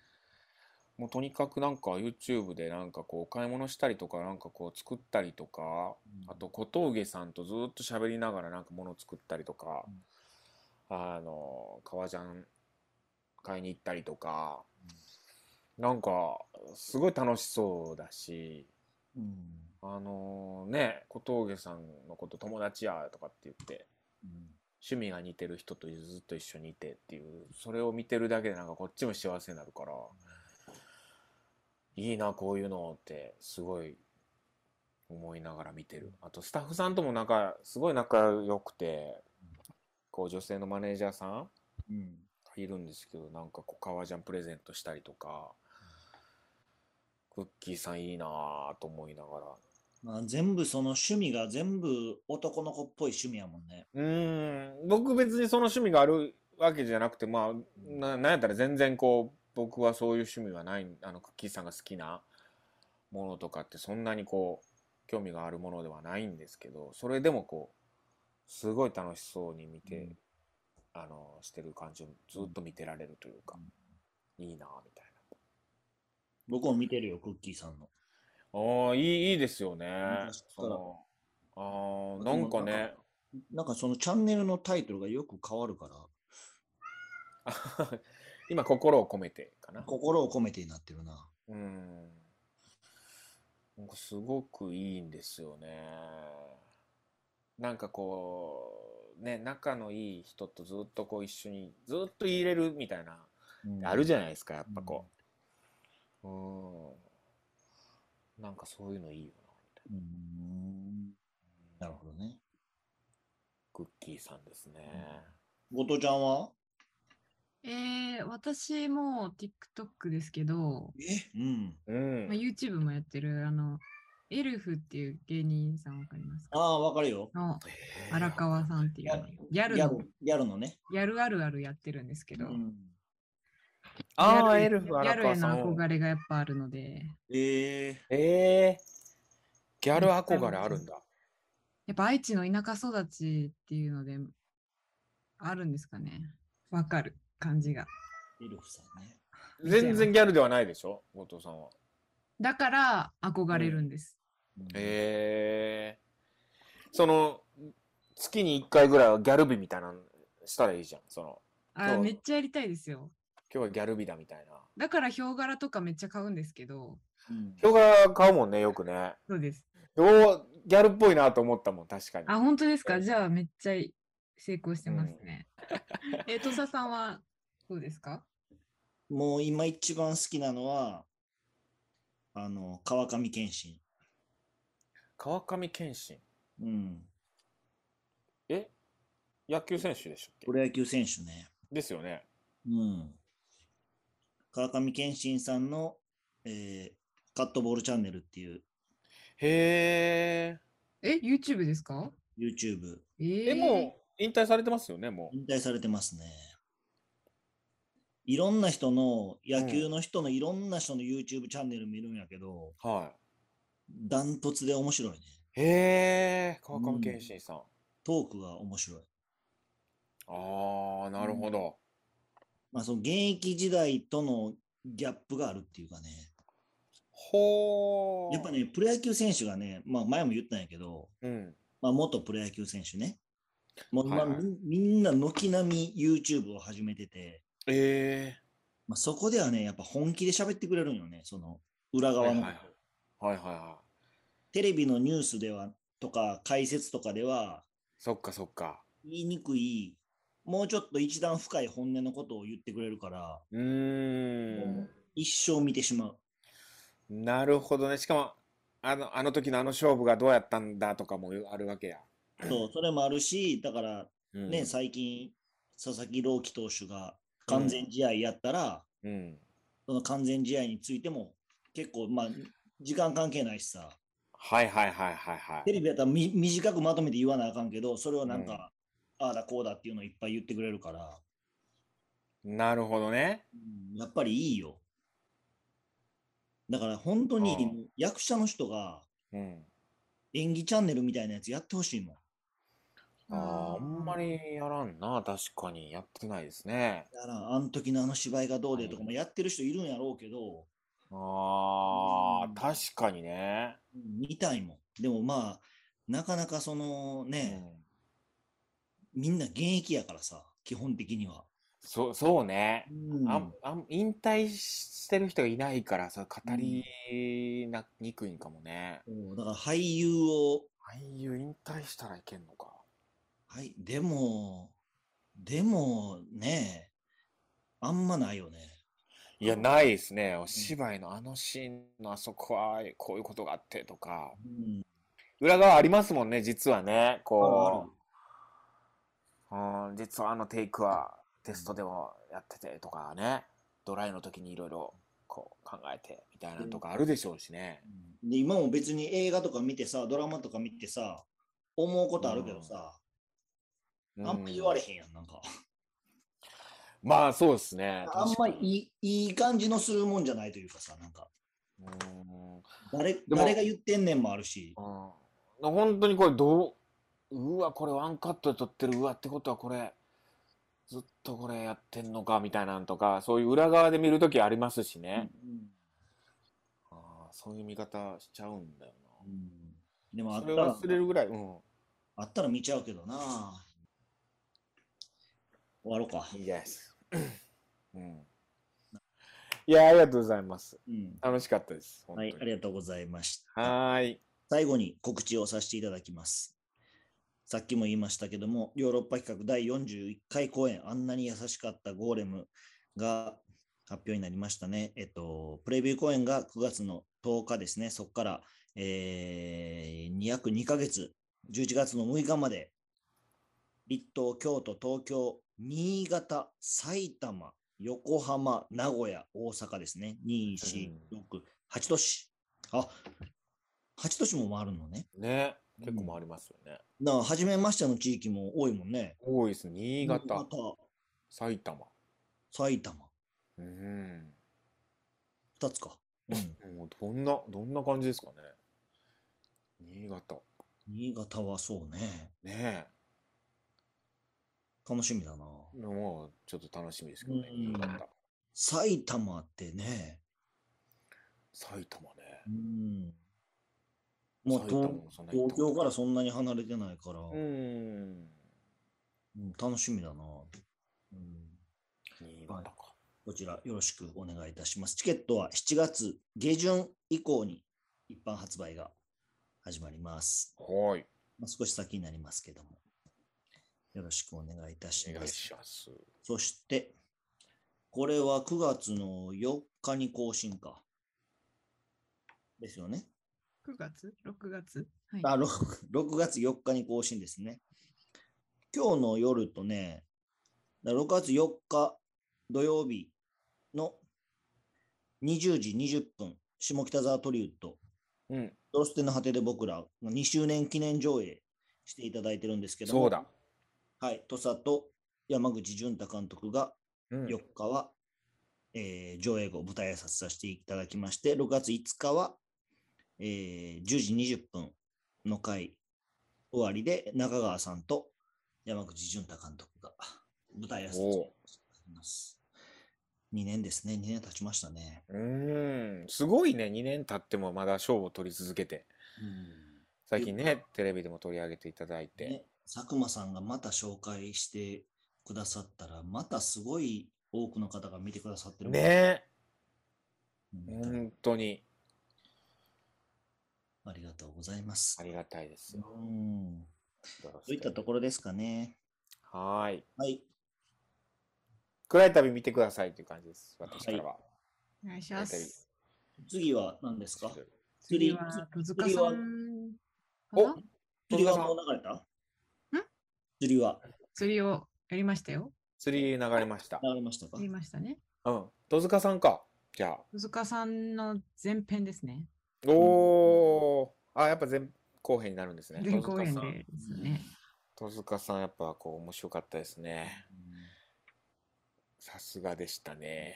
Speaker 2: もう、とにかくなんか YouTube でなんかこう、買い物したりとか、なんかこう、作ったりとか、あと、小峠さんとずっと喋りながらなんか物を作ったりとか
Speaker 1: うん、
Speaker 2: あの、革ジャン買いに行ったりとか、なんか、すごい楽しそうだし、
Speaker 1: うん、
Speaker 2: あのね、小峠さんのこと友達やとかって言って、
Speaker 1: うん
Speaker 2: 趣味が似てる人とずっと一緒にいてっていう、それを見てるだけでなんかこっちも幸せになるから、いいな、こういうのって、すごい思いながら見てる。あと、スタッフさんともなんか、すごい仲良くて、こう、女性のマネージャーさん
Speaker 1: うん。
Speaker 2: いるんですけど、なんかこう、革ジャンプレゼントしたりとか、クッキーさんいいなぁと思いながら。
Speaker 1: まあ、全部その趣味が全部男の子っぽい趣味やもんね。
Speaker 2: うーん、僕別にその趣味があるわけじゃなくて、まあ、な、なんやったら全然こう、僕はそういう趣味はない、あの、クッキーさんが好きなものとかってそんなにこう、興味があるものではないんですけど、それでもこう、すごい楽しそうに見
Speaker 1: う
Speaker 2: て
Speaker 1: ん、
Speaker 2: あの、してる感じをずっと見てられるというか、いいなぁみたい
Speaker 1: 僕も見てるよ、クッキーさんの。
Speaker 2: な。ああ、いい、いいですよね。
Speaker 1: 昔から
Speaker 2: その、ああ、なんかね、
Speaker 1: なんかそのチャンネルのタイトルがよく変わるから、
Speaker 2: 今、心を込めてかな。
Speaker 1: 心を込めてになってるな。
Speaker 2: うん。なんかすごくいいんですよね。なんかこう、ね、仲のいい人とずっとこう一緒に、ずっと入れるみたいな、
Speaker 1: うん
Speaker 2: あるじゃないですか、やっぱこう。うん。なんかそういうのいいよな、みたいう
Speaker 1: ーん
Speaker 2: な。
Speaker 1: なるほどね。
Speaker 2: クッキーさんですね。
Speaker 1: 後藤ちゃんは
Speaker 3: えー、私も TikTok ですけど、
Speaker 1: えうん。
Speaker 2: う
Speaker 3: ま
Speaker 2: ん。
Speaker 3: あ、YouTube もやってる、あの、エルフっていう芸人さんわかりますか
Speaker 1: ああ、わかるよ。
Speaker 3: の荒川さんっていう、ギャル
Speaker 1: や
Speaker 3: の
Speaker 1: る、やるのね。
Speaker 3: やるあるあるやってるんですけ
Speaker 1: う
Speaker 3: ど、
Speaker 1: ん、
Speaker 2: ああ、
Speaker 3: ギャ
Speaker 2: エ
Speaker 3: ル
Speaker 2: ル
Speaker 3: へ
Speaker 2: フ荒川
Speaker 3: ギャ
Speaker 2: さ
Speaker 3: ルへの
Speaker 2: ん。
Speaker 3: 憧れがやっぱあるので、
Speaker 1: ええ
Speaker 2: ええギャル憧れあるんだ。
Speaker 3: やっぱ愛知の田舎育ちっていうので、あるんですかね。わかる感じが。
Speaker 1: エルフさんね。
Speaker 2: 全然ギャルではないでしょ後藤さんは。
Speaker 3: だから憧れるんです。
Speaker 2: えー、その月に1回ぐらいはギャル日みたいなのしたらいいじゃんその
Speaker 3: あ
Speaker 2: そう
Speaker 3: めっちゃやりたいですよ。
Speaker 2: 今日はギャル日だみたいな
Speaker 3: だからヒョウ柄とかめっちゃ買うんですけど、
Speaker 1: うん
Speaker 2: 人が買うもんねよくね
Speaker 3: そうです。
Speaker 2: ようギャルっぽいなと思ったもん確かに
Speaker 3: あ、本当です
Speaker 2: う
Speaker 3: か
Speaker 2: ん
Speaker 3: じゃあめっちゃ成功してますね。え、土佐さんはどうですか
Speaker 1: もう今一番好きなのは、あの、川上謙信。
Speaker 2: 川上謙信
Speaker 1: うん。
Speaker 2: え野球選手でしたっけ
Speaker 1: プロ野球選手ね。
Speaker 2: ですよね
Speaker 1: うん。川上謙信さんの、えーカットボールチャンネルっていう
Speaker 2: へ
Speaker 3: え、YouTube ですか
Speaker 1: YouTube
Speaker 3: え
Speaker 2: ええ
Speaker 3: ー、
Speaker 2: もう引退されてますよねもう
Speaker 1: 引退されてますね。いろんな人の、野球の人のいろんな人の YouTube チャンネル見るんやけど、
Speaker 2: は
Speaker 1: ダントツで面白いね。
Speaker 2: いへえ川上謙信さん、
Speaker 1: トークが面白い。
Speaker 2: ああなるほど、
Speaker 1: まあ、その現役時代とのギャップがあるっていうかね。
Speaker 2: ほー
Speaker 1: やっぱね、プロ野球選手がね、まあ、前も言ったんやけど、
Speaker 2: うん
Speaker 1: まあ、元プロ野球選手ね。もう今、
Speaker 2: はいはい
Speaker 1: みみんな軒並み YouTube を始めてて、
Speaker 2: え
Speaker 1: まあ、そこではね、やっぱ本気で喋ってくれるんよね、その裏
Speaker 2: え
Speaker 1: 側の。
Speaker 2: はいはいはいはいは
Speaker 1: テレビのニュースではとか、解説とかでは、
Speaker 2: いそっかそっか
Speaker 1: 言いにくい、もうちょっと一段深い本音のことを言ってくれるから、
Speaker 2: うーん
Speaker 1: 一生見てしまう。
Speaker 2: なるほどねしかもあのあの時のあの勝負がどうやったんだとかもあるわけや、
Speaker 1: そう、それもあるし、だから
Speaker 2: うん、
Speaker 1: ね、最近、佐々木朗希投手が完全試合やったら、
Speaker 2: うん
Speaker 1: その完全試合についても、結構、まあ、時間関係ないしさ、
Speaker 2: はいはいはいはいは
Speaker 1: テ
Speaker 2: い
Speaker 1: レビやったらみ短くまとめて言わなあかんけど、それをなんか、ああだこうだっていうのをいっぱい言ってくれるから、
Speaker 2: なるほどね
Speaker 1: うんやっぱりいいよ。だから本当
Speaker 2: ああ
Speaker 1: に役者の人が
Speaker 2: うん
Speaker 1: 演技チャンネルみたいなやつやってほしいもん。
Speaker 2: あーあんま。りやらんな確かにやってないですね
Speaker 1: だから、あの時のあの芝居がどうでとかもやってる人いるんやろうけど、
Speaker 2: あ
Speaker 1: うん
Speaker 2: ー確かにね、
Speaker 1: うん見たいもん。でもまあ、なかなかその
Speaker 2: う
Speaker 1: ね、
Speaker 2: ん
Speaker 1: みんな現役やからさ、基本的には。
Speaker 2: そうそうね
Speaker 1: うん
Speaker 2: あんあん引退してる人がいないからさ語りなにくいんかもね、
Speaker 1: そうだから俳優を、
Speaker 2: 俳優引退したらいけんのか
Speaker 1: はい、でも、でもね、あんまないよね。
Speaker 2: いやないですねお芝居のあのシーンのあそこはこういうことがあってとか
Speaker 1: うん、
Speaker 2: 裏側ありますもんね実はね
Speaker 1: あるあ
Speaker 2: こ
Speaker 1: る
Speaker 2: ううん実はあのテイクはテストでもやっててとかねドライの時にいろいろこう考えてみたいなとかあるでしょうしね、
Speaker 1: で今も別に映画とか見てさ、ドラマとか見てさ、思うことあるけどさ、あんま言われ
Speaker 2: うん
Speaker 1: へんやん、なんか。
Speaker 2: まあそうですね
Speaker 1: あんまり
Speaker 2: 確かに
Speaker 1: いいいい感じのするもんじゃないというかさ、なんか、
Speaker 2: うん
Speaker 1: 誰
Speaker 2: も
Speaker 1: 誰が言ってんねんもあるし、
Speaker 2: うん、本当にこれどううわこれワンカットで撮ってるうわってことはこれずっとこれやってんのかみたいなんとかそういう裏側で見るときありますしね、あーそういう見方しちゃうんだよ
Speaker 1: うんでも
Speaker 2: な
Speaker 1: あっ
Speaker 2: そ
Speaker 1: た
Speaker 2: れ
Speaker 1: ら
Speaker 2: 忘れるぐらい、うん、
Speaker 1: あったら見ちゃうけどな。終わろうか。
Speaker 2: いいじゃないですか、うん、いやありがとうございます
Speaker 1: うん
Speaker 2: 楽しかったです本当
Speaker 1: は
Speaker 2: に
Speaker 1: い、ありがとうございました。
Speaker 2: はーい
Speaker 1: 最後に告知をさせていただきます。さっきも言いましたけども、ヨーロッパ企画第41回公演、あんなに優しかったゴーレムが発表になりましたね。えっと、プレビュー公演が9月の10日ですね。そこから、えー、約2ヶ月、11月の6日まで、立東、京都、東京、新潟、埼玉、横浜、名古屋、大阪ですね。2、4、6、8都市。あ、8都市も回るのね。
Speaker 2: ね結構回りますよね、
Speaker 1: だから、初めましての地域も多いもんね。
Speaker 2: 多いです新潟、埼玉
Speaker 1: 埼玉、
Speaker 2: うん
Speaker 1: 2つか。 うん。
Speaker 2: もうどんな、どんな感じですかね。新潟。
Speaker 1: 新潟はそうね。
Speaker 2: ね
Speaker 1: 楽しみだな。
Speaker 2: え。もうちょっと楽しみですけどね。
Speaker 1: うん
Speaker 2: 新潟。
Speaker 1: 埼玉ってね、
Speaker 2: 埼玉ね。
Speaker 1: うんもう
Speaker 2: 埼玉
Speaker 1: 東
Speaker 2: もそんな行った
Speaker 1: 東京からそんなに離れてないから、
Speaker 2: う
Speaker 1: うん
Speaker 2: ん。
Speaker 1: 楽しみだな、うん
Speaker 2: 新潟か。
Speaker 1: こちらよろしくお願いいたします。チケットは7月下旬以降に一般発売が始まります。
Speaker 2: はい。
Speaker 1: まあ、少し先になりますけども。よろしくお願いいたし
Speaker 2: お
Speaker 1: ま
Speaker 2: 願い
Speaker 1: す。
Speaker 2: します。
Speaker 1: そして、これは9月の4日に更新か。ですよね。
Speaker 3: 9月 ?6 月はい。
Speaker 1: あ 6, 6月4日に更新ですね。今日の夜とね、だ6月4日土曜日の20時20分、下北沢トリウッド、
Speaker 2: うん。
Speaker 1: ドロステの果てで僕ら2周年記念上映していただいてるんですけども、
Speaker 2: そうだ。。
Speaker 1: はい、土佐と山口淳太監督が
Speaker 2: うん
Speaker 1: 4日は、えー上映後、舞台挨拶させていただきまして、6月5日は、えー10時20分の回終わりで、中川さんと山口淳太監督が舞台挨拶をしています。2年ですね、2年経ちましたね。
Speaker 2: うーん。すごいね。2年経ってもまだ賞を取り続けて。最近ね、テレビでも取り上げていただいて。
Speaker 1: ね、佐久間さんがまた紹介してくださったら、またすごい多くの方が見てくださってる。
Speaker 2: ね
Speaker 1: う
Speaker 2: え。
Speaker 1: ん
Speaker 2: 本当に
Speaker 1: ありがとうございます
Speaker 2: あ。りがたいですよ。
Speaker 1: うんそういったところですかね。
Speaker 2: はーい。
Speaker 1: はい。
Speaker 2: 暗い旅見てくださいという感じです。私からは。
Speaker 3: お願いします。
Speaker 1: 次は何ですか釣
Speaker 3: 次
Speaker 1: り
Speaker 3: は戸塚さんか
Speaker 2: お
Speaker 3: な
Speaker 1: 釣りはもう流れた釣りは
Speaker 3: 釣りをやりましたよ。
Speaker 2: 釣り流れました。
Speaker 1: 流れましたか
Speaker 3: やりましたね。
Speaker 2: うん。戸塚さんか。じゃ
Speaker 3: 戸塚さんの前編ですね。
Speaker 2: あ。おー。あ、やっぱ前後編になるんですね。
Speaker 3: 前後
Speaker 2: 戸
Speaker 3: 編
Speaker 2: 塚さん
Speaker 3: でですね。
Speaker 2: 戸塚さんやっぱこう面白かったですね。さすがでしたね。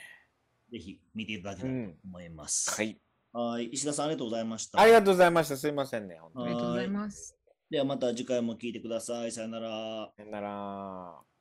Speaker 1: ぜひ見ていただけたらと思います。
Speaker 2: はい。
Speaker 1: はい。石田さんありがとうございました。
Speaker 2: ありがとうございました。すいませんね。本当に
Speaker 3: ありがとうございます。
Speaker 1: ではまた次回も聞いてください。さよなら。
Speaker 2: さよなら。